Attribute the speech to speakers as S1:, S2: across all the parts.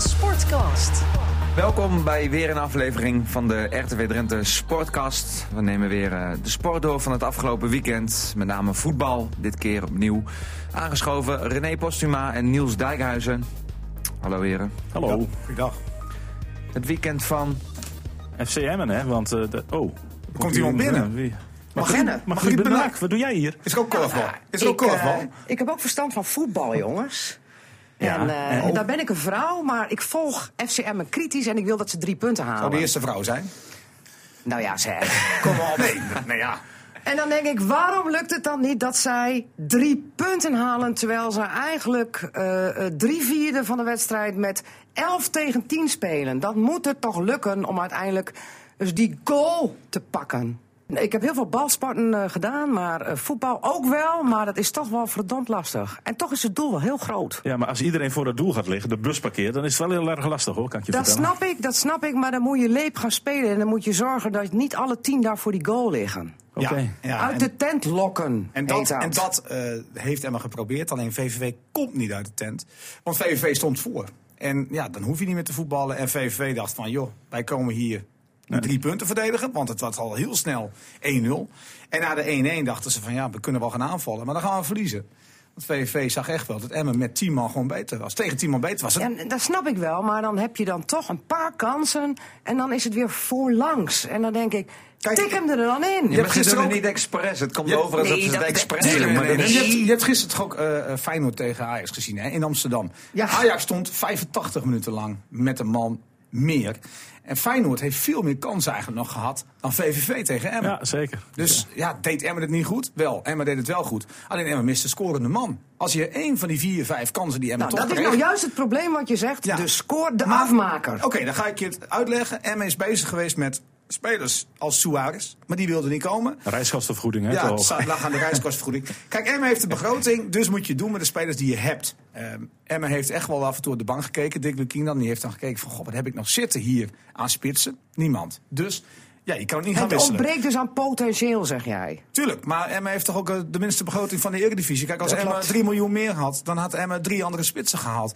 S1: Sportcast.
S2: Welkom bij weer een aflevering van de RTV Drenthe Sportcast. We nemen weer eh, de sport door van het afgelopen weekend. Met name voetbal, dit keer opnieuw. Aangeschoven René Postuma en Niels Dijkhuizen. Hallo heren.
S3: Hallo.
S4: Goeiedag.
S2: Het weekend van...
S3: FCM'en, hè? Want, eh, de, oh.
S4: komt iemand binnen?
S3: Wie?
S4: ik-
S1: Beginnen.
S4: mag
S3: Griet
S4: ik
S3: Benak,
S4: Benak?
S3: wat doe jij hier?
S4: Is er ook korfbal? Is er ook
S1: Ik, eh,
S4: korfbal?
S1: ik heb ook verstand van voetbal, jongens.
S3: Ja,
S1: En, eh,
S3: en-
S1: en daar ben ik een vrouw, maar ik volg FCM kritisch en ik wil dat ze drie punten halen.
S4: Zou de eerste vrouw zijn?
S1: Nou ja, zeg.
S4: Kom op. Nee, nee ja.
S1: En dan denk ik, waarom lukt het dan niet dat zij drie punten halen... terwijl ze eigenlijk eh, eh, drie vierde van de wedstrijd met 11 tegen 10 spelen? Dat moet het toch lukken om uiteindelijk dus die goal te pakken. Ik heb heel veel balsporten eh, gedaan, maar eh, voetbal ook wel. Maar dat is toch wel verdomd lastig. En toch is het doel wel heel groot.
S3: Ja, maar als iedereen voor dat doel gaat liggen, de bus parkeert, dan is het wel heel erg lastig hoor, kan ik je
S1: Dat
S3: vertellen.
S1: snap ik, dat snap ik. Maar dan moet je leep gaan spelen. En dan moet je zorgen dat niet alle tien daar voor die goal liggen.
S3: Oké.
S4: Ja, ja,
S1: Uit
S4: en-
S1: de tent lokken.
S4: En
S1: heet
S4: dat, en dat eh, heeft Emma geprobeerd. Alleen VVV komt niet uit de tent. Want VVV stond voor. En ja, dan hoef je niet meer te voetballen. En VVV dacht van, joh, wij komen hier drie punten verdedigen. Want het was al heel snel 1-0. En na de 1-1 dachten ze van, ja, we kunnen wel gaan aanvallen. Maar dan gaan we verliezen. Want VVV zag echt wel dat Emma met 10 man gewoon beter was. Tegen 10 man beter was. Het
S1: En dat snap ik wel, maar dan heb je dan toch een paar kansen. En dan is het weer voorlangs. En dan denk ik,
S4: Kijk,
S1: tik hem er dan in.
S2: Ja, maar ze
S4: gisteren
S2: doen het
S4: ook-
S2: niet expres. Het komt
S4: Ja,
S2: over alsof
S1: nee,
S2: ze het
S1: dat-
S2: expres
S1: nee,
S2: doen.
S1: nee,
S2: maar
S1: nee,
S2: dat
S4: En
S2: is-
S4: Je, hebt, je hebt gisteren toch ook eh, eh, Feyenoord tegen Ajax gezien hè, in Amsterdam.
S1: Ja.
S4: Ajax stond 85 minuten lang met een man meer. En Feyenoord heeft veel meer kansen eigenlijk nog gehad dan VVV tegen Emmen.
S3: Ja, zeker.
S4: Dus ja, deed Emmen het niet goed? Wel, Emmen deed het wel goed. Alleen Emmen mist de scorende man. Als je één van die vier, vijf kansen die Emmen
S1: Nou,
S4: toch
S1: dat is
S4: kreeg-
S1: nou juist het probleem wat je zegt.
S4: Ja.
S1: Dus scoort de
S4: Maar- Oh,
S1: afmaker.
S4: Oké, dan ga ik je het uitleggen. Emmen is bezig geweest met spelers als Suarez, maar die wilde niet komen.
S3: Reiskostenvergoeding, hè? te
S4: Ja,
S3: hoog.
S4: het staat laag aan de reiskostenvergoeding. Kijk, Emma heeft de begroting, dus moet je doen met de spelers die je hebt. Ehm Emma heeft echt wel af en toe op de bank gekeken. Dick Lukien dan, die heeft dan gekeken van, god, wat heb ik nog zitten hier aan spitsen? Niemand. Dus, ja, je kan het niet gaan
S1: Het
S4: wisselen.
S1: ontbreekt dus aan potentieel, zeg jij.
S4: Tuurlijk, maar Emma heeft toch ook eh, de minste begroting van de Eredivisie. Kijk, als
S1: Dat
S4: Emma
S1: klopt.
S4: 3 miljoen meer had, dan had Emma drie andere spitsen gehaald.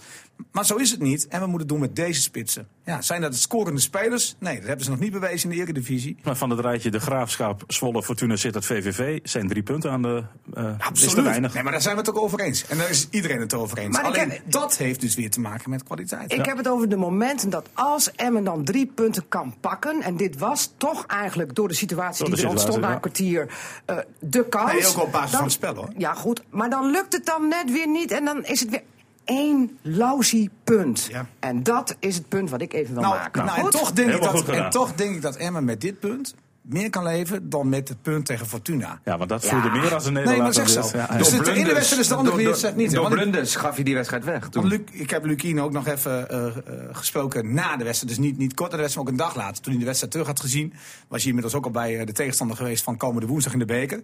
S4: Maar zo is het niet. Emma moet het doen met deze spitsen. Ja, zijn dat de scorende spelers? Nee, dat hebben ze nog niet bewezen in de Eredivisie.
S3: Maar van het rijtje de Graafschap, Zwolle, Fortuna, Sittard, VVV zijn drie punten aan de... eh, Is te weinig.
S4: Nee, maar daar zijn we het ook over eens. En daar is iedereen het over eens.
S1: Maar ik
S4: Alleen
S1: heb-
S4: dat heeft dus weer te maken met kwaliteit.
S1: Ik heb het over de momenten dat als Emmen dan drie punten kan pakken. En dit was toch eigenlijk door de situatie
S3: Door de
S1: die er ontstond na een kwartier eh, de kans.
S4: Nee, ook wel op basis
S1: Dan-
S4: van het spel, hoor.
S1: Ja, goed. Maar dan lukt het dan net weer niet. En dan is het weer één lousy punt.
S4: Ja.
S1: En dat is het punt wat ik even wil
S4: nou,
S1: maken.
S4: nou, en,
S1: Goed?
S4: toch denk ik
S3: Helemaal
S4: dat,
S3: goed gedaan.
S4: en toch denk ik dat Emma met dit punt meer kan leven dan met het punt tegen Fortuna.
S3: Ja, want dat voelde
S1: Ja.
S3: meer als een
S4: Nee,
S3: nederlaag.
S4: maar
S3: dan
S4: zeg zo.
S3: dit. Ja,
S4: Dus
S3: ja.
S4: de ene wedstrijd is de andere
S2: door-
S4: wedstrijd niet. hè?
S2: Door
S4: Want ik-
S2: blunders gaf je die wedstrijd weg toen.
S4: Want Luc, ik heb Lukien ook nog even eh, eh, gesproken na de wedstrijd. Dus niet, niet kort na de wedstrijd, maar ook een dag later. Toen hij de wedstrijd terug had gezien, was hij inmiddels ook al bij eh, de tegenstander geweest van komende woensdag in de beker.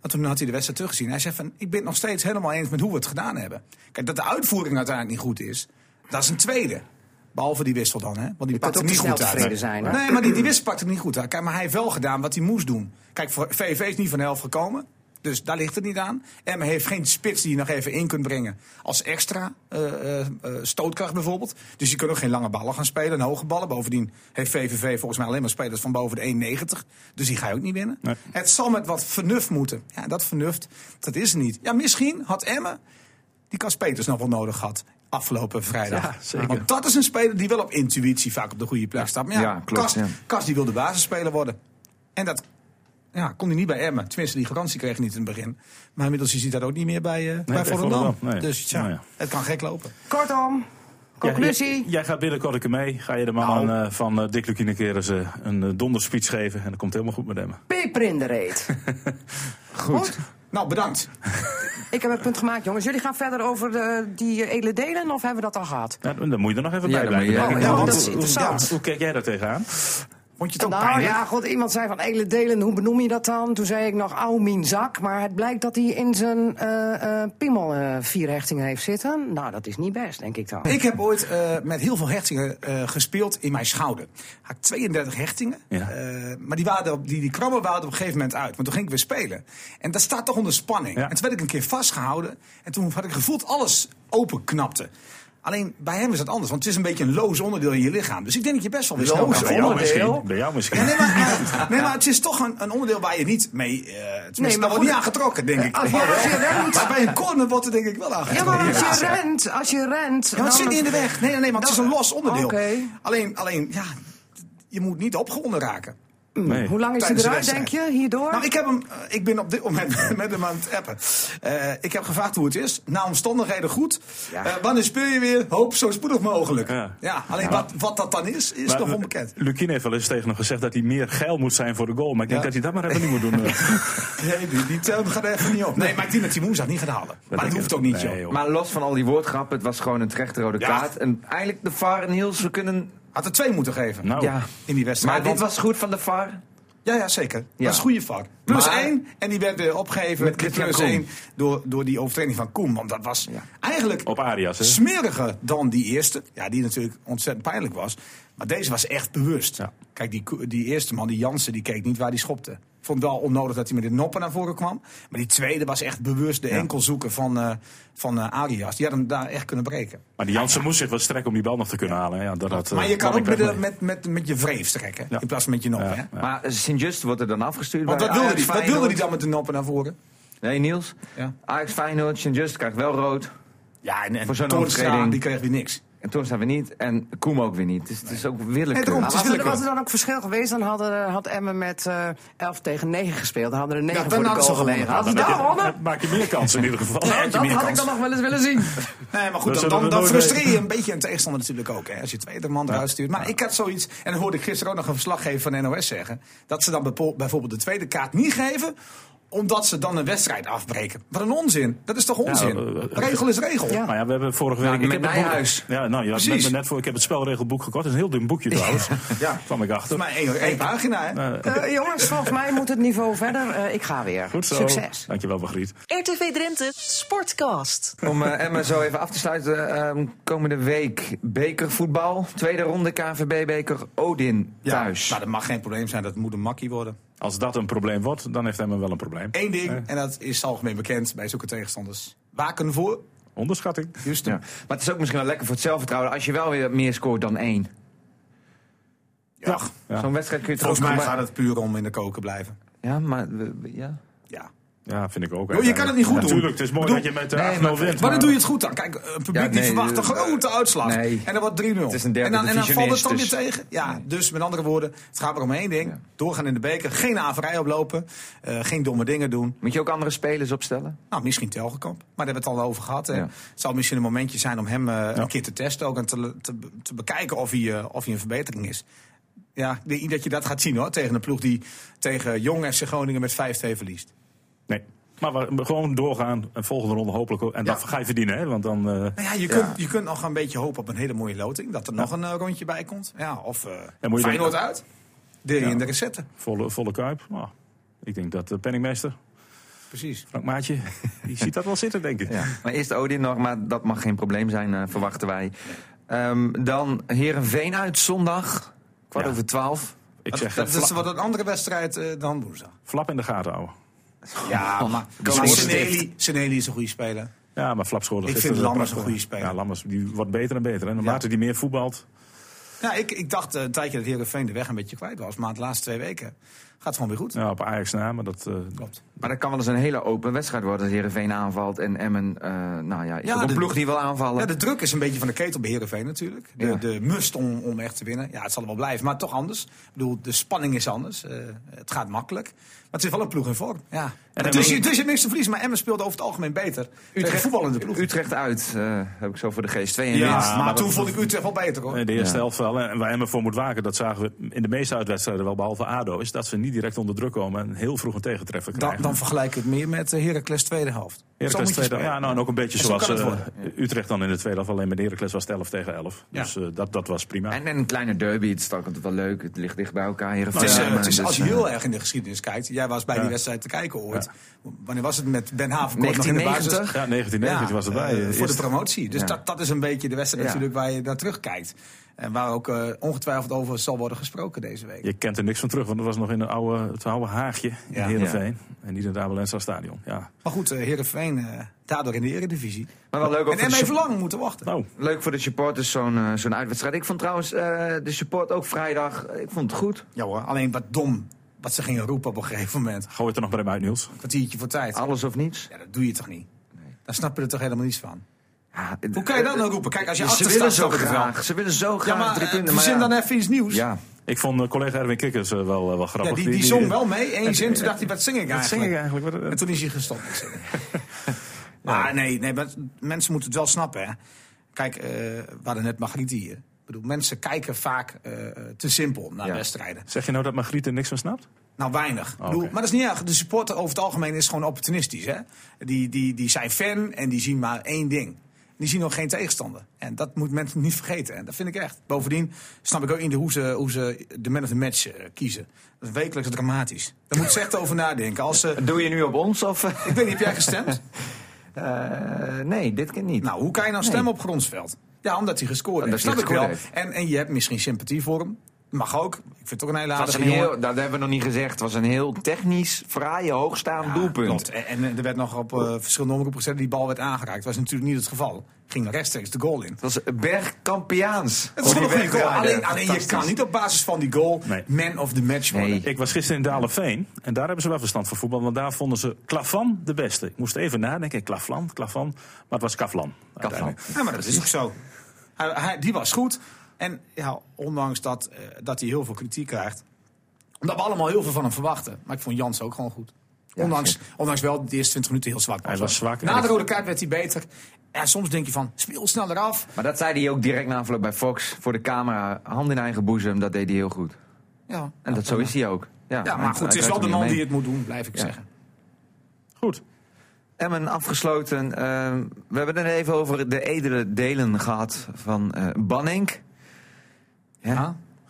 S4: Maar toen had hij de wedstrijd teruggezien. Hij zei van, ik ben het nog steeds helemaal eens met hoe we het gedaan hebben. Kijk, dat de uitvoering uiteindelijk niet goed is, dat is een tweede. Behalve die wissel dan, hè? Want die
S1: kunt
S4: pakte
S1: ook
S4: hem
S1: te
S4: niet
S1: snel
S4: goed uit.
S1: tevreden zijn, hè?
S4: nee, maar die, die wissel pakte hem niet goed uit. Kijk, maar hij heeft wel gedaan wat hij moest doen. Kijk, voor VV is niet van de helft gekomen. Dus daar ligt het niet aan. Emma heeft geen spits die je nog even in kunt brengen. Als extra eh, eh, eh, stootkracht bijvoorbeeld. Dus je kunt ook geen lange ballen gaan spelen. En hoge ballen. Bovendien heeft VVV volgens mij alleen maar spelers van boven de 1,90. Dus die ga je ook niet winnen.
S3: Nee.
S4: Het zal met wat vernuft moeten. Ja, dat vernuft, dat is er niet. Ja, misschien had Emma die Cas Peters nog wel nodig had afgelopen vrijdag.
S3: Ja, zeker.
S4: Want dat is een speler die wel op intuïtie vaak op de goede plek staat. Maar ja,
S2: Ja, klopt,
S4: Cas,
S2: ja.
S4: Cas die wilde basisspeler worden. En dat ja, kon hij niet bij Emmen. Tenminste, die garantie kreeg hij niet in het begin. Maar inmiddels is hij dat ook niet meer bij, eh bij
S3: bij
S4: Volendam.
S3: Volendam, nee.
S4: Dus ja,
S3: Nou ja.
S4: het kan gek lopen.
S1: Kortom,
S3: Ja,
S1: conclusie.
S3: jij, jij gaat binnenkort een keer mee. Ga je de man
S1: Nou.
S3: aan, eh, van eh, Dick Lukien een keer eens eh, een eh, donderspeech geven. En dat komt helemaal goed met hem.
S1: Peper in de reet. Goed.
S4: Nou, bedankt.
S1: Ik heb het punt gemaakt, jongens. Jullie gaan verder over de, die eh, edele delen of hebben we dat al gehad?
S3: Ja, dan moet je er nog even
S2: Ja,
S3: bij
S2: dan moet je-
S3: blijven.
S2: ja,
S1: Oh, ja,
S4: want
S1: dat is
S4: hoe-
S1: interessant.
S4: ja,
S3: Hoe kijk jij daar tegenaan?
S4: Vond je het ook
S1: nou
S4: pijnlijk?
S1: ja, god, iemand zei van edele delen, hoe benoem je dat dan? Toen zei ik nog au min zak, maar het blijkt dat hij in zijn eh eh piemel eh, vier hechtingen heeft zitten. Nou, dat is niet best, denk ik dan.
S4: Ik heb ooit eh, met heel veel hechtingen eh, gespeeld in mijn schouder. Had ik 32 hechtingen.
S3: Ja.
S4: eh, maar die, waren er op, die, die krabben waren er op een gegeven moment uit. Want toen ging ik weer spelen. En dat staat toch onder spanning.
S3: Ja.
S4: En toen werd ik een keer vastgehouden. En toen had ik gevoeld alles openknapte. Alleen bij hem is dat anders, want het is een beetje een loos onderdeel in je lichaam. Dus ik denk dat je best wel weer snel
S1: Loos
S4: kan
S3: Bij
S4: vallen.
S3: jou
S1: Onderdeel?
S3: misschien. Bij jou misschien.
S4: Ja, nee, maar, maar- nee, maar het is toch een, een onderdeel waar je niet mee. eh het
S1: maar
S4: nee, wordt
S1: goed. eh,
S4: niet aangetrokken, denk ik.
S1: Als je, als je rent,
S4: Maar bij een corner wordt er denk ik wel
S1: ja,
S4: aangetrokken.
S1: maar als je
S4: Ja,
S1: rent, als je rent...
S4: maar het
S1: dan-
S4: zit niet in de weg. Nee, nee, nee maar het is
S1: Dan-
S4: een los onderdeel.
S1: Nou, Oké.
S4: Alleen, alleen, ja, je moet niet opgewonden raken.
S3: Nee.
S1: Hoe lang is hij
S4: Tijdens de
S1: eruit, denk
S4: wedstrijd.
S1: je, hierdoor?
S4: Nou, ik, heb hem, eh, ik ben op dit moment met hem aan het appen. Eh, ik heb gevraagd hoe het is. Na omstandigheden goed.
S1: Ja.
S4: Eh, wanneer speel je weer? Hoop zo spoedig mogelijk.
S3: Ja.
S4: Ja, alleen Wat, wat dat dan is, is
S3: Maar
S4: nog onbekend.
S3: Lukien heeft wel eens tegen hem gezegd dat hij meer geil moet zijn voor de goal. Maar ik denk
S4: Ja.
S3: dat hij dat maar even niet moet doen. eh.
S4: Nee, die, die term gaat er even niet op. Nee, maar ik denk dat die Moes dat niet gaat halen. maar
S3: denk
S4: dat
S3: ik
S4: hoeft
S3: ook.
S4: ook niet,
S3: Nee,
S4: joh.
S3: joh.
S2: Maar los van al die woordgrappen, het was gewoon een terechte rode
S4: Ja.
S2: kaart. En eigenlijk de VAR en Hiels, we kunnen...
S4: Had er twee moeten geven
S3: Nou,
S2: Ja.
S4: in die wedstrijd.
S2: Maar dit
S4: want-
S2: was goed van de VAR.
S4: Ja, ja, zeker.
S2: Ja.
S4: Dat is een goede vak. Plus
S2: Maar-
S4: één, en die werd weer opgegeven.
S2: Met Christian
S4: plus
S2: Koen.
S4: één door, door die overtreding van Koen. Want dat was
S2: Ja.
S4: eigenlijk
S3: Op Arias, hè?
S4: smeriger dan die eerste. Ja, die natuurlijk ontzettend pijnlijk was. Maar deze was echt bewust.
S3: Ja.
S4: Kijk, die, Ko- die eerste man, die Jansen, die keek niet waar die schopte. Vond wel onnodig dat hij met de noppen naar voren kwam. Maar die tweede was echt bewust de enkel zoeken van, eh, van eh, Arias. Die had hem daar echt kunnen breken.
S3: Maar die Jansen moest zich wel strekken om die bal nog te kunnen halen. Ja, dat, had, eh,
S4: Maar je kan
S3: dat
S4: ook
S3: ik
S4: met,
S3: weg
S4: de-
S3: mee.
S4: met, met, met je wreef trekken.
S3: Ja.
S4: In plaats van met je noppen.
S3: Ja.
S4: Hè?
S3: Ja.
S2: Maar Sint-Just wordt er dan afgestuurd.
S4: Want
S2: bij
S4: wat wilde,
S2: Ajax
S4: die, wat wilde die
S2: Feyenoord.
S4: dan met de noppen naar voren?
S2: Nee, Niels.
S4: Ja.
S2: Ajax Feyenoord, Sint-Just krijgt wel rood.
S4: Ja, en, en
S2: Voor zo'n
S4: Toornstra,
S2: overtreding.
S4: die kreeg weer niks.
S2: En toen staan we niet. En Koem ook weer niet. Dus het is ook
S4: En daarom-
S2: willekeur.
S1: Maar
S4: Het is
S1: was er,
S4: willekeur.
S1: was er dan ook verschil geweest, dan hadden, had Emmen met eh 11 tegen 9 gespeeld. Dan hadden er 9
S4: Ja, dan
S1: voor de
S4: hadden ze
S1: goal gelegen.
S4: gewonnen.
S1: Hadden ze
S3: Dan
S1: daar
S3: heb je-
S1: gewonnen?
S3: dan maak je meer kansen in ieder geval.
S1: Nou,
S4: je
S1: dat
S4: meer
S1: had ik
S4: kans.
S1: dan nog wel eens willen zien.
S4: Nee, maar
S3: Dat
S4: goed, dan,
S3: zullen we
S4: dan, dan
S3: nooit
S4: frustreer je een beetje een tegenstander natuurlijk ook. Hè, als je tweede man eruit stuurt. Maar ik had zoiets, en dat hoorde ik gisteren ook nog een verslaggever van de NOS zeggen. Dat ze dan bepo- bijvoorbeeld de tweede kaart niet geven omdat ze dan een wedstrijd afbreken. Wat een onzin. Dat is toch onzin?
S3: eh, eh,
S4: regel is regel.
S1: Ja.
S3: Maar ja, we hebben vorige week...
S2: met
S3: heb het
S2: Nijhuis.
S3: boek- Ja, nou, ja, ik,
S4: Precies.
S3: ben er net voor, ik heb het spelregelboek gekocht. Het is een heel dun boekje trouwens. ja. Kwam ik achter.
S4: Maar één, één pagina, hè?
S1: Eh, jongens, volgens mij moet het niveau verder. Eh, ik ga weer.
S3: Goed zo.
S1: Succes.
S3: Dankjewel, Margriet.
S5: RTV Drenthe Sportcast.
S2: Om eh Emma zo even af te sluiten. ehm, komende week bekervoetbal. Tweede ronde KVB-beker. Odin
S4: Ja,
S2: thuis.
S4: Maar dat mag geen probleem zijn. Dat moet een makkie worden.
S3: Als dat een probleem wordt, dan heeft hij wel een probleem.
S4: Eén ding, en dat is algemeen bekend bij zulke tegenstanders. Waken voor,
S3: Onderschatting.
S4: juist.
S2: Ja. Maar het is ook misschien wel lekker voor het zelfvertrouwen als je wel weer meer scoort dan één.
S4: Ja.
S3: Ja.
S2: Zo'n wedstrijd kun je
S4: Volgens
S2: toch
S4: mij
S2: maar-
S4: gaat het puur om in de koken blijven.
S2: Ja, maar we- we- ja.
S4: Ja.
S3: Ja, vind ik ook.
S4: Joh, Oh, je kan het niet goed doen.
S3: Natuurlijk, het is mooi
S4: Bedoel-
S3: dat je met eh,
S2: Nee,
S3: 8-0
S2: maar-
S3: wint.
S4: Maar dan doe je het goed dan. Kijk, een publiek
S2: Ja, nee,
S4: die verwacht een
S2: eh,
S4: grote uitslag.
S2: nee.
S4: En dan wordt 3-0.
S2: is een derde
S4: en dan, en dan valt het
S2: divisionist,
S4: dan
S2: dus-
S4: weer tegen. Ja, dus met andere woorden, het gaat maar om één ding.
S2: Ja.
S4: Doorgaan in de beker, geen averij oplopen, eh, geen domme dingen doen.
S2: Moet je ook andere spelers opstellen?
S4: Nou, misschien Telgekamp, maar daar hebben we het al over gehad. hè.
S2: Ja.
S4: Het zal misschien een momentje zijn om hem eh, een keer te testen ook en te, te, te bekijken of hij, eh, of hij een verbetering is. Ja, ik denk niet dat je dat gaat zien hoor, tegen een ploeg die tegen Jong FC Groningen met 5-2 verliest.
S3: Nee. Maar we- gewoon doorgaan. En volgende ronde hopelijk ook. En dat
S4: Ja.
S3: ga je verdienen, hè? Want dan. eh,
S4: Nou ja, je, Kunt, je kunt nog een beetje hopen op een hele mooie loting. Dat er nog een eh, rondje bij komt. Ja, of eh
S3: En moet je
S4: Feyenoord
S3: denken-
S4: uit. Deel je
S3: Ja.
S4: in de recette.
S3: Volle, volle kuip. Nou, ik denk dat de penningmeester,
S4: Precies.
S3: Frank Maatje, die ziet dat wel zitten, denk ik.
S2: Ja. Maar eerst Odin nog, maar dat mag geen probleem zijn, eh, verwachten wij. Ehm, dan Herenveen uit zondag, kwart
S3: Ja.
S2: over twaalf.
S3: Ik
S4: Dat,
S3: zeg,
S4: dat
S3: eh,
S4: is
S3: fla-
S4: wat een andere wedstrijd eh, dan woensdag.
S3: flap in de gaten houden.
S4: Ja, maar, maar
S2: wordt
S4: Seneli, Seneli is een goede speler.
S3: Ja, maar flap schoorde
S4: Ik
S3: gisteren
S4: vind Lammers
S3: prachtig.
S4: een goede speler.
S3: Ja, Lammers die wordt beter en beter. En naarmate die meer voetbalt.
S4: Ja, ik, ik dacht eh, een tijdje dat Heerenveen de weg een beetje kwijt was. Maar de laatste twee weken gaat gewoon weer goed.
S3: Ja, op Ajax na, maar dat. eh,
S4: Klopt.
S2: Maar dat kan wel eens een hele open wedstrijd worden als Herenveen aanvalt en Emmen. eh, nou ja, is
S4: Ja,
S2: ook een
S4: de-
S2: ploeg die wil aanvallen.
S4: Ja, de druk is een beetje van de ketel bij Heerenveen natuurlijk. De,
S2: Ja.
S4: de must om, om echt te winnen. Ja, het zal er wel blijven, maar toch anders. Ik bedoel, de spanning is anders. Eh, het gaat makkelijk. Maar het is wel een ploeg in vorm. Ja. En dus,
S2: Emmen-
S4: je- dus je hebt niks te verliezen, maar Emmen speelt over het algemeen beter. Tegen voetballende ploeg.
S2: Utrecht uit, eh, heb ik zo voor de geest. 2
S4: Ja,
S2: winst.
S4: maar,
S3: maar
S4: toen
S3: dat-
S4: vond ik Utrecht wel beter hoor.
S3: in de eerste
S2: Ja.
S3: helft wel. En waar Emmen voor moet waken, dat zagen we in de meeste uitwedstrijden wel, behalve ADO, is dat ze niet direct onder druk komen en heel vroeg een tegentreffer
S4: Dan,
S3: krijgen.
S4: dan vergelijk ik het meer met eh, Heracles tweede helft. Zo moet
S3: Heracles
S4: je
S3: tweede,
S4: spelen.
S3: ja, nou, en ook een beetje
S4: Zo
S3: zoals
S4: kan het
S3: eh, Utrecht dan in de tweede helft. Alleen met Heracles was het 11 tegen 11.
S4: Ja.
S3: Dus eh, dat, dat was prima.
S2: En, en een kleine derby, het is toch altijd wel leuk. Het ligt dicht bij elkaar. Heerenveen,
S4: Het is, eh,
S2: Emmen,
S4: het is,
S2: dus,
S4: als je
S2: eh,
S4: heel erg in de geschiedenis kijkt. Jij was bij
S3: Ja.
S4: die wedstrijd te kijken ooit. Wanneer was het met Ben Havenkort nog in de basis?
S2: 1990.
S3: ja, 1990 was erbij.
S4: eh,
S3: Eh,
S4: voor de
S3: eerst-
S4: promotie. Dus
S2: Ja.
S4: dat, dat is een beetje de wedstrijd
S2: Ja.
S4: natuurlijk waar je naar terugkijkt. En waar ook eh, ongetwijfeld over zal worden gesproken deze week.
S3: je kent er niks van terug, want dat was nog in een oude, het oude haagje in
S4: Ja.
S3: Heerenveen. En niet in het Abelensa stadion. Ja.
S4: Maar goed, eh Heerenveen zijn eh, daardoor in de eredivisie.
S2: Maar wel leuk ook
S4: En
S2: voor
S4: hem
S2: de
S4: heeft
S2: sup-
S4: lang moeten wachten.
S3: Nou,
S2: Leuk voor de supporters, zo'n eh, zo'n uitwedstrijd. Ik vond trouwens eh, de support ook vrijdag, eh, ik vond het goed.
S4: Ja hoor, alleen wat dom wat ze gingen roepen op een gegeven moment.
S3: gooi het er nog maar even uit, Niels.
S4: Een kwartiertje voor tijd.
S2: Alles of niets.
S4: Ja, dat doe je toch niet? Daar snap je er toch helemaal niets van?
S2: Ja,
S4: Hoe kan je dat nou roepen? Kijk, als je
S2: ze
S4: achter
S2: willen
S4: staat,
S2: zo
S4: snap ik het wel.
S2: graag. Ze willen zo graag
S4: Ja, maar
S2: drie punten.
S4: eh,
S2: maar
S4: verzin
S2: ja.
S4: dan even iets nieuws.
S2: Ja,
S3: Ik vond eh, collega Erwin Kikkers eh, wel, eh, wel grappig.
S4: Ja, die, die zong wel mee, één zin. Toen dacht hij, wat zing ik
S3: Wat zing
S4: eigenlijk?
S3: ik eigenlijk? Wat-
S4: En toen is hij gestopt met zingen. Maar nee, nee maar mensen moeten het wel snappen. Hè. Kijk, eh, we hadden net Margriet hier. Ik bedoel, mensen kijken vaak eh, eh, te simpel naar
S2: Ja.
S4: wedstrijden.
S3: Zeg je nou dat Margriet er niks van snapt?
S4: Nou, weinig. Ik
S3: Oké.
S4: bedoel, maar dat is niet erg. De supporter over het algemeen is gewoon opportunistisch. Hè? Die, die, die zijn fan en die zien maar één ding. Die zien ook geen tegenstander. En dat moet mensen niet vergeten. En dat vind ik echt. Bovendien snap ik ook in hoe ze, hoe ze de man of the match eh, kiezen. Dat is wekelijks dramatisch. Daar moet ze echt over nadenken. Als ze,
S2: Doe je nu op ons of... eh,
S4: ik weet niet, heb jij gestemd?
S2: eh, nee, dit keer niet.
S4: Nou, hoe kan je nou stemmen op Grondsveld? Ja, omdat hij gescoord
S2: Omdat
S4: heeft.
S2: hij
S4: Snap ik wel.
S2: gescoord
S4: En, en je hebt misschien sympathie voor hem. Mag ook. Ik vind het ook een hele
S2: Het was
S4: aardige
S2: een
S4: jongen.
S2: heel, Nou, dat hebben we nog niet gezegd. Het was een heel technisch, fraaie, hoogstaand
S4: Ja, klopt.
S2: doelpunt.
S4: En, en er werd nog op eh, verschillende omroepen gezet dat die bal werd aangeraakt. Dat was natuurlijk niet het geval. Ging rechtstreeks de goal in.
S2: Het was bergkampiaans.
S4: Het
S2: Hoe
S4: is gewoon
S2: die
S4: een goede goal.
S2: wegdraaide.
S4: Alleen, alleen je
S2: Fantastisch.
S4: kan niet op basis van die goal
S3: Nee.
S4: man of the match worden.
S2: Nee.
S3: Ik was gisteren in Daleveen en daar hebben ze wel verstand van voetbal. Want daar vonden ze Klavan de beste. Ik moest even nadenken, Klavan, Klavan. Maar het was Kaflan. uiteindelijk.
S4: Ja, maar dat is ook zo. Hij, hij- die was goed. En ja, ondanks dat, eh, dat hij heel veel kritiek krijgt. Omdat we allemaal heel veel van hem verwachten. Maar ik vond Jans ook gewoon goed.
S2: Ja,
S4: Ondanks, ondanks wel dat de eerste 20 minuten heel zwak was.
S3: Hij was zwak.
S4: Na
S3: En
S4: de
S3: ik-
S4: rode kaart werd hij beter. En soms denk je van, speel sneller af.
S2: Maar dat zei hij ook direct na afloop bij Fox. Voor de camera, hand in eigen boezem. Dat deed hij heel goed.
S4: Ja,
S2: En dat, zo is hij ook. Ja,
S4: ja
S2: hij-
S4: maar goed, het
S2: hij
S4: is wel
S2: krijgt
S4: de
S2: er
S4: man
S2: niet
S4: die
S2: mee.
S4: het moet doen, blijf ik
S2: Ja.
S4: zeggen.
S3: Goed.
S2: Emmen afgesloten. Ehm, we hebben het net even over de edele delen gehad van eh Banink. Ja.
S4: Ja.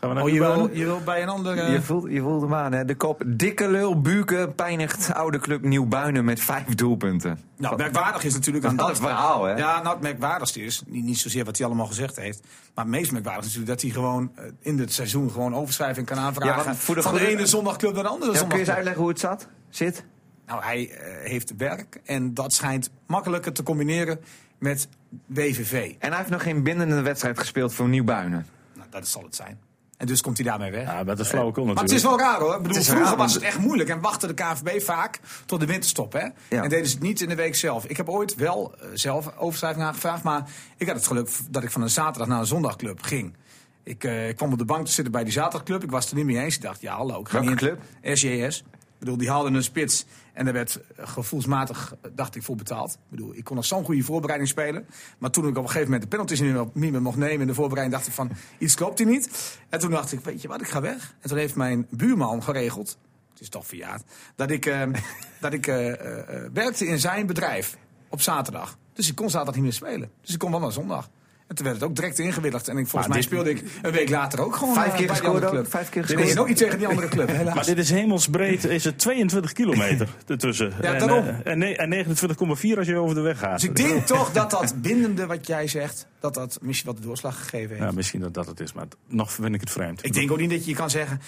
S3: Gaan we naar
S4: Oh,
S3: de
S4: je wil,
S3: banen?
S4: je wil bij een ander... eh,
S2: Je, voelt, je voelt hem aan, hè? De kop. Dikke lul, Buken pijnigt oude club Nieuw-Buinen met vijf doelpunten.
S4: Nou,
S2: Wat-
S4: merkwaardig is natuurlijk aan
S2: wat een
S4: dat.
S2: verhaal, hè?
S4: Ja, nou, het merkwaardigste is, niet, niet zozeer wat hij allemaal gezegd heeft, maar het meest merkwaardig is natuurlijk dat hij gewoon eh, in het seizoen gewoon overschrijving kan
S2: Ja,
S4: aanvragen.
S2: want voor de
S4: van de
S2: goede-
S4: ene zondagclub naar de andere
S2: Ja, kun je eens
S4: zondagclub.
S2: uitleggen hoe het zat? Zit?
S4: Nou, hij eh, heeft werk en dat schijnt makkelijker te combineren met BVV.
S2: En hij heeft nog geen bindende wedstrijd gespeeld voor Nieuw-Buinen.
S4: Nou, dat zal het zijn. En dus komt hij daarmee weg.
S3: Ja, dat is flauwekul
S4: Maar het
S3: natuurlijk.
S4: is wel raar hoor. Ik bedoel,
S2: Het is
S4: vroeger
S2: raar,
S4: was
S2: want-
S4: het echt moeilijk en wachtte de KNVB vaak tot de winterstop. Hè?
S2: Ja.
S4: En deden ze het niet in de week zelf. Ik heb ooit wel eh, zelf overschrijving aangevraagd, maar ik had het geluk v- dat ik van een zaterdag naar een zondagclub ging. Ik, eh, ik kwam op de bank te zitten bij die zaterdagclub. Ik was het er niet mee eens. Ik dacht, ja hallo. Ik ga
S2: Welke
S4: niet in-
S2: club?
S4: SJS. Ik bedoel, die haalden een spits en daar werd eh, gevoelsmatig, eh, dacht ik, voor betaald. Ik bedoel, ik kon nog zo'n goede voorbereiding spelen. Maar toen ik op een gegeven moment de penalties niet meer, niet meer mocht nemen in de voorbereiding, dacht ik van, iets klopt hier niet. En toen dacht ik, weet je wat, ik ga weg. En toen heeft mijn buurman geregeld, het is toch verjaard, dat ik, eh, dat ik eh, eh, eh, werkte in zijn bedrijf op zaterdag. Dus ik kon zaterdag niet meer spelen. Dus ik kon wel naar zondag. En toen werd het ook direct ingewilligd. En ik, volgens mij
S3: dit-
S4: speelde ik een week later ook gewoon
S2: Vijf
S4: eh,
S2: keer
S4: bij die
S2: gescoord ook,
S4: andere club.
S2: vijf keer
S4: Dan kon je
S2: gescoord.
S4: ook niet tegen die andere club, helaas.
S3: Maar dit is hemelsbreed, is het 22 kilometer ertussen.
S4: Ja,
S3: en,
S4: daarom.
S3: eh, En, ne- en 29,4 als je over de weg gaat.
S4: Dus ik denk toch dat dat bindende wat jij zegt, dat dat misschien wat de doorslag gegeven heeft.
S3: Ja, misschien dat dat het is, maar t- nog vind ik het vreemd.
S4: Ik denk ook niet dat je kan zeggen,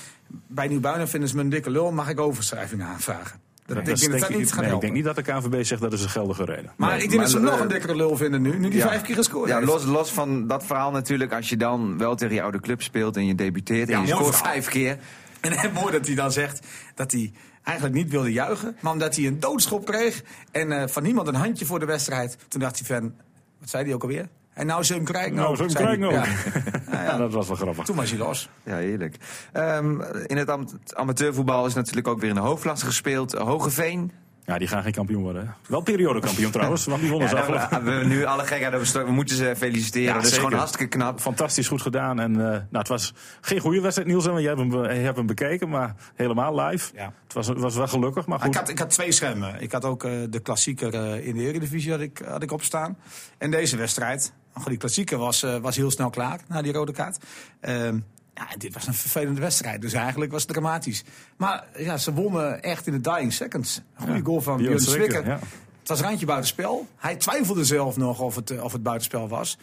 S4: bij Nieuwbuinen vinden ze me een dikke lul, mag ik overschrijving aanvragen. Dat, ik
S3: is
S4: denk dat dat
S3: ik
S4: niet gaat
S3: nee, ik
S4: helpen.
S3: denk niet dat de KNVB zegt dat is een geldige reden.
S4: Maar
S2: Nee,
S4: ik denk
S2: maar
S4: dat ze
S2: l-
S4: hem nog
S2: eh,
S4: een dikkere lul vinden nu, nu die
S2: Ja.
S4: vijf keer gescoord
S2: Ja,
S4: heeft.
S2: los, los van dat verhaal natuurlijk. Als je dan wel tegen je oude club speelt en je debuteert en
S4: Ja,
S2: je
S4: mooi
S2: scoort
S4: verhaal.
S2: vijf keer.
S4: En het mooi dat hij dan zegt dat hij eigenlijk niet wilde juichen, maar omdat hij een doodschop kreeg en eh, van niemand een handje voor de wedstrijd. Toen dacht hij van, wat zei hij ook alweer? En nou zo'n krijg
S3: Nou, zo'n
S4: zei
S3: krijg
S4: hij.
S3: nog.
S4: Ja. Ja,
S3: Ja,
S4: ja.
S3: dat was wel grappig.
S4: Toen was hij los.
S2: Ja, heerlijk. Ehm, in het am- het amateurvoetbal is natuurlijk ook weer in de hoofdklasse gespeeld. Hogeveen.
S3: Ja, die gaan geen kampioen worden. hè. Wel periodekampioen trouwens, want die wonnen
S2: Ja,
S3: ze
S2: daar
S4: nou
S3: afgelopen.
S2: hebben we nu alle gekheid over We moeten ze feliciteren.
S3: Ja,
S2: dat is
S3: zeker.
S2: gewoon hartstikke knap.
S3: Fantastisch goed gedaan. En, eh, nou, het was geen goede wedstrijd, Niels, hè, want jij hebt hem, be- je hebt hem bekeken, maar helemaal live.
S4: Ja.
S3: Het was, was wel gelukkig, maar
S4: Maar
S3: goed.
S4: Ik had, ik had twee schermen. Ik had ook eh, de klassieker eh, in de Eredivisie had ik, had ik opstaan. En deze wedstrijd. Ach, die klassieker was, eh, was heel snel klaar na die rode kaart. Ehm, ja, en dit was een vervelende wedstrijd. Dus eigenlijk was het dramatisch. Maar ja, ze wonnen echt in de dying seconds. Een goede goal van
S3: Björn
S4: Björn
S3: Zwicker,
S4: Zwicker.
S3: ja.
S4: Het was randje buitenspel. Hij twijfelde zelf nog of het, eh, of het buitenspel was.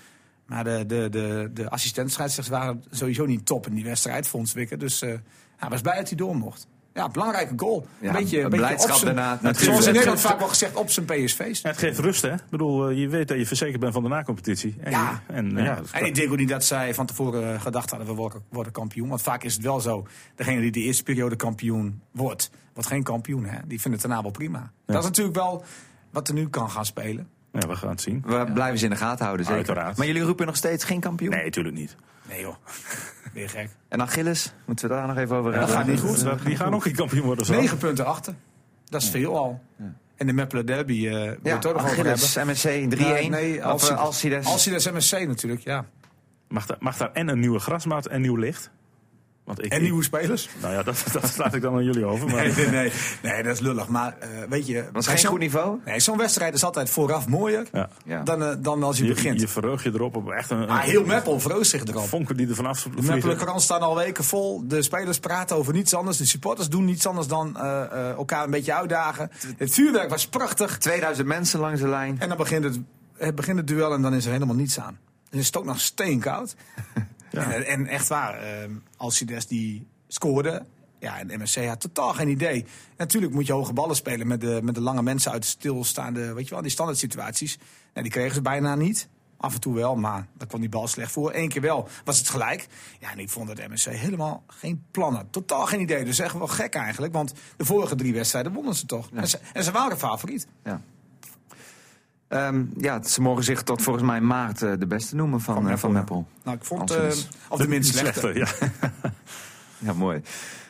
S4: Maar de, de, de, de assistent waren sowieso niet top in die wedstrijd, vond Zwicker. Dus eh, hij was blij dat hij door mocht. Ja, belangrijke goal.
S2: Ja,
S4: een beetje,
S2: een
S4: een beetje
S2: blijdschap
S4: op zijn-
S2: daarna,
S4: Zoals in
S2: natuurlijk.
S4: Nederland vaak wel gezegd, op zijn PSV's.
S3: Ja, het geeft rust, hè? Ik bedoel, eh, je weet dat je verzekerd bent van de nacompetitie. En,
S4: Ja.
S3: je- en, eh, ja. dat-
S4: En ik denk ook niet dat zij van tevoren eh, gedacht hadden, we worden, worden kampioen. Want vaak is het wel zo, degene die de eerste periode kampioen wordt, wordt geen kampioen. Hè? Die vindt het daarna wel prima. Dat is natuurlijk wel wat er nu kan gaan spelen.
S3: ja, we gaan het zien.
S2: We blijven ze in de gaten houden, zeker.
S3: Uiteraard.
S2: Maar jullie roepen nog steeds geen kampioen?
S3: Nee, natuurlijk niet.
S4: Nee joh, weer gek.
S2: En Achilles, moeten we daar nog even over
S4: dat
S2: hebben?
S4: gaat niet goed.
S3: Dat- die gaan ook geen kampioen worden. Zo.
S4: Negen punten achter. Dat is veel al. En de Meppelen Derby eh wil je
S2: Ja,
S4: het ook nog over hebben.
S2: Achilles, MSC 3-1.
S4: nee,
S2: Of, eh,
S4: Alcides.
S2: Alcides.
S4: Alcides MSC natuurlijk, ja.
S3: Mag, daar, mag daar en een nieuwe grasmaat en nieuw licht? Want ik,
S4: En nieuwe spelers.
S3: Nou ja, dat, dat laat ik dan aan jullie over. Maar
S4: Nee, nee, nee. Nee, dat is lullig. Maar eh, weet je...
S2: Dat is
S4: bij
S2: geen
S4: zo'n-
S2: goed niveau.
S4: Nee, zo'n wedstrijd is altijd vooraf mooier
S3: Ja.
S2: Ja.
S4: dan, eh, dan als je,
S3: je,
S4: begint.
S3: je verheugt je erop op echt een,
S4: maar heel Meppel verroost zich erop.
S3: vonken die er vanaf
S4: De Meppelen
S3: vliegen.
S4: krant staan al weken vol. De spelers praten over niets anders. De supporters doen niets anders dan eh, eh, elkaar een beetje uitdagen. Het vuurwerk was prachtig.
S2: 2000 mensen langs de lijn.
S4: En dan begint het, het begint het duel en dan is er helemaal niets aan. Dan is het ook nog steenkoud. En, en echt waar, ehm Alcides die scoorde. Ja, en MSC had totaal geen idee. Natuurlijk moet je hoge ballen spelen met de, met de lange mensen uit de stilstaande, weet je wel, die standaard situaties. Nou, die kregen ze bijna niet. Af en toe wel, maar daar kwam die bal slecht voor. Eén keer wel was het gelijk. Ja, en ik vond dat MSC helemaal geen plan had. Totaal geen idee. Dus echt wel gek eigenlijk. Want de vorige drie wedstrijden wonnen ze toch. En, ze, en ze waren favoriet.
S2: Ja. Ehm, ja, ze mogen zich tot volgens mij maart eh, de beste noemen van, eh, van Meppel.
S4: Nou, ik vond, eh
S2: Alcides.
S4: of de minst
S3: Slechte,
S4: slechte.
S3: ja.
S2: Ja, mooi.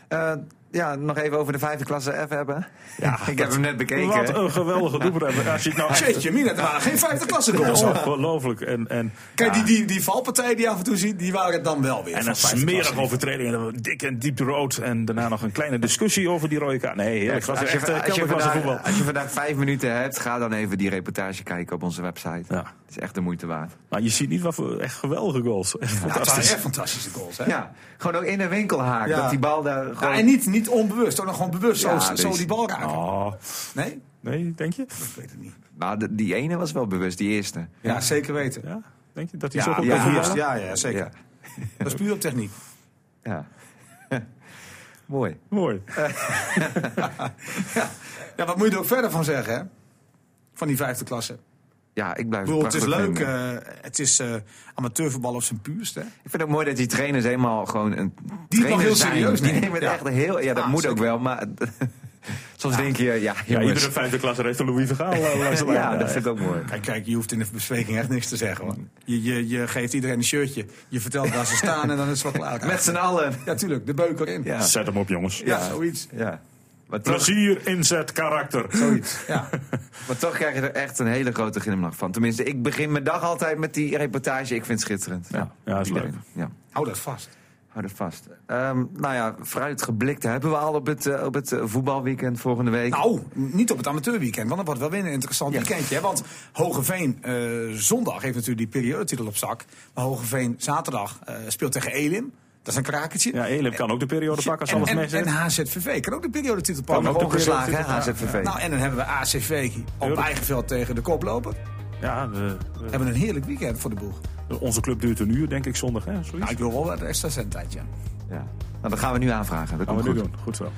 S2: Eh, ja, nog even over de vijfde klasse F hebben.
S3: Ja,
S2: ik heb
S3: Ah, dat- oh,
S2: hem net bekeken.
S3: Wat een geweldige doelpunt. Als je het nou echt-
S4: Jeetje, Mina, er waren geen vijfde klasse goals. hoor.
S3: Ongelooflijk. En, en,
S4: Oh. Kijk, die,
S3: ja,
S4: die, die valpartijen die je af en toe ziet, die waren het dan wel weer.
S3: en
S4: van
S3: een
S4: vijfde
S3: smerige
S4: klasse.
S3: overtreding. En dan dik en diep rood. En daarna nog een kleine discussie over die rode kaart. Nee, heerlijk. Het was echt eh,
S2: als, je
S3: kelderklasse voetbal.
S2: vandaag, als je vandaag vijf minuten hebt, ga dan even die reportage kijken op onze website.
S3: Ja.
S2: Het is echt de moeite waard.
S3: Maar je ziet niet wat voor echt geweldige goals. Echt
S4: Ja, het waren
S3: fantastisch.
S4: echt fantastische goals. Hè? Ja.
S2: Ja, gewoon ook in een winkelhaak.
S4: Ja.
S2: Dat die bal daar gewoon...
S4: en niet, niet onbewust, ook nog gewoon bewust
S2: Ja,
S4: zo, zo
S2: deze-
S4: die bal raken.
S3: Oh,
S4: Nee?
S3: nee, denk je?
S4: Ik weet het niet.
S2: Maar de- die ene was wel bewust, die eerste.
S4: Ja, zeker weten.
S3: Ja, denk je dat hij zo
S4: Ja,
S3: goed
S4: ja,
S3: kan voetballen?
S4: juist. ja, ja, zeker.
S2: Ja.
S4: Dat is puur op techniek.
S2: ja. Mooi.
S3: Mooi.
S4: Ja, wat moet je er ook verder van zeggen, hè? Van die vijfde klasse. Ik
S2: Ja, ik blijf
S4: bedoel, het is
S2: prachtig
S4: leuk.
S2: vinden.
S4: eh, het is eh amateurvoetbal op zijn puurst, hè?
S2: Ik vind het mooi dat die trainers helemaal gewoon een
S4: het nog
S2: trainer
S4: heel
S2: zijn.
S4: serieus
S2: Die
S4: nemen.
S2: nemen het
S4: Ja.
S2: echt heel... Ja, dat
S4: Ah,
S2: moet
S4: zeker.
S2: ook wel, maar... Soms denk je, ja,
S3: Ja,
S2: jongens.
S3: iedere vijfde klasse heeft een Louis eh, Vergaal.
S2: Ja, dat vind ik ook mooi.
S4: Kijk, kijk, je hoeft in de bespreking echt niks te zeggen, hoor. Je, je, je geeft iedereen een shirtje. Je vertelt waar ze staan en dan is het wel klaar.
S2: Met z'n allen.
S4: Ja, tuurlijk, de beuk erin. Ja,
S2: Ja.
S3: Zet hem op, jongens.
S4: zoiets.
S2: Ja. Maar toch,
S3: Plezier, inzet, karakter.
S4: Zoiets. Ja.
S2: maar toch krijg je er echt een hele grote glimlach van. Tenminste, ik begin mijn dag altijd met die reportage. Ik vind het schitterend. Ja,
S3: ja, is leuk.
S2: Ja.
S4: Hou dat vast.
S2: Hou er vast. Ehm, nou ja, vooruit geblikt hebben we al op het, eh, op het eh, voetbalweekend volgende week.
S4: Nou, niet op het amateurweekend, want dat wordt wel weer een interessant weekendje. Hè? Want Hogeveen eh, zondag heeft natuurlijk die periodetitel op zak. Maar Hogeveen zaterdag eh, speelt tegen Elim. Dat is een krakertje.
S3: Ja, Elim kan ook de periode pakken als
S4: en,
S3: alles
S4: en-
S3: mee zit.
S4: en HZVV kan ook de periodetitel pakken.
S2: nog ongeslagen, hè, HZVV.
S4: Nou, en dan hebben we ACV op
S3: Tuurlijk.
S4: eigen veld tegen de koploper.
S3: Ja, we- we-
S4: Hebben een heerlijk weekend voor de boeg.
S3: onze club duurt een uur, denk ik, zondag. Hè? Zoiets.
S4: Nou, ik wil wel wat extra zendtijd, ja.
S2: Ja. nou, dat gaan we nu aanvragen. Dat
S3: gaan
S2: komt
S3: we nu
S2: goed.
S3: doen. Goed zo.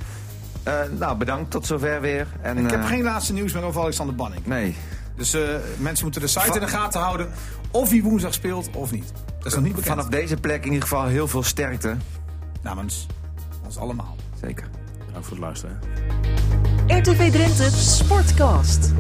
S2: Eh, nou, bedankt. Tot zover weer. En,
S4: Ik heb
S2: eh,
S4: geen laatste nieuws meer over Alexander Banning.
S2: Nee.
S4: Dus eh, mensen moeten de site in de gaten houden. Of hij woensdag speelt of niet. Dat is nog niet bekend.
S2: Vanaf deze plek in ieder geval heel veel sterkte.
S4: Namens ons allemaal.
S2: Zeker.
S3: Bedankt voor het luisteren. hè.
S5: RTV Drenthe Sportcast.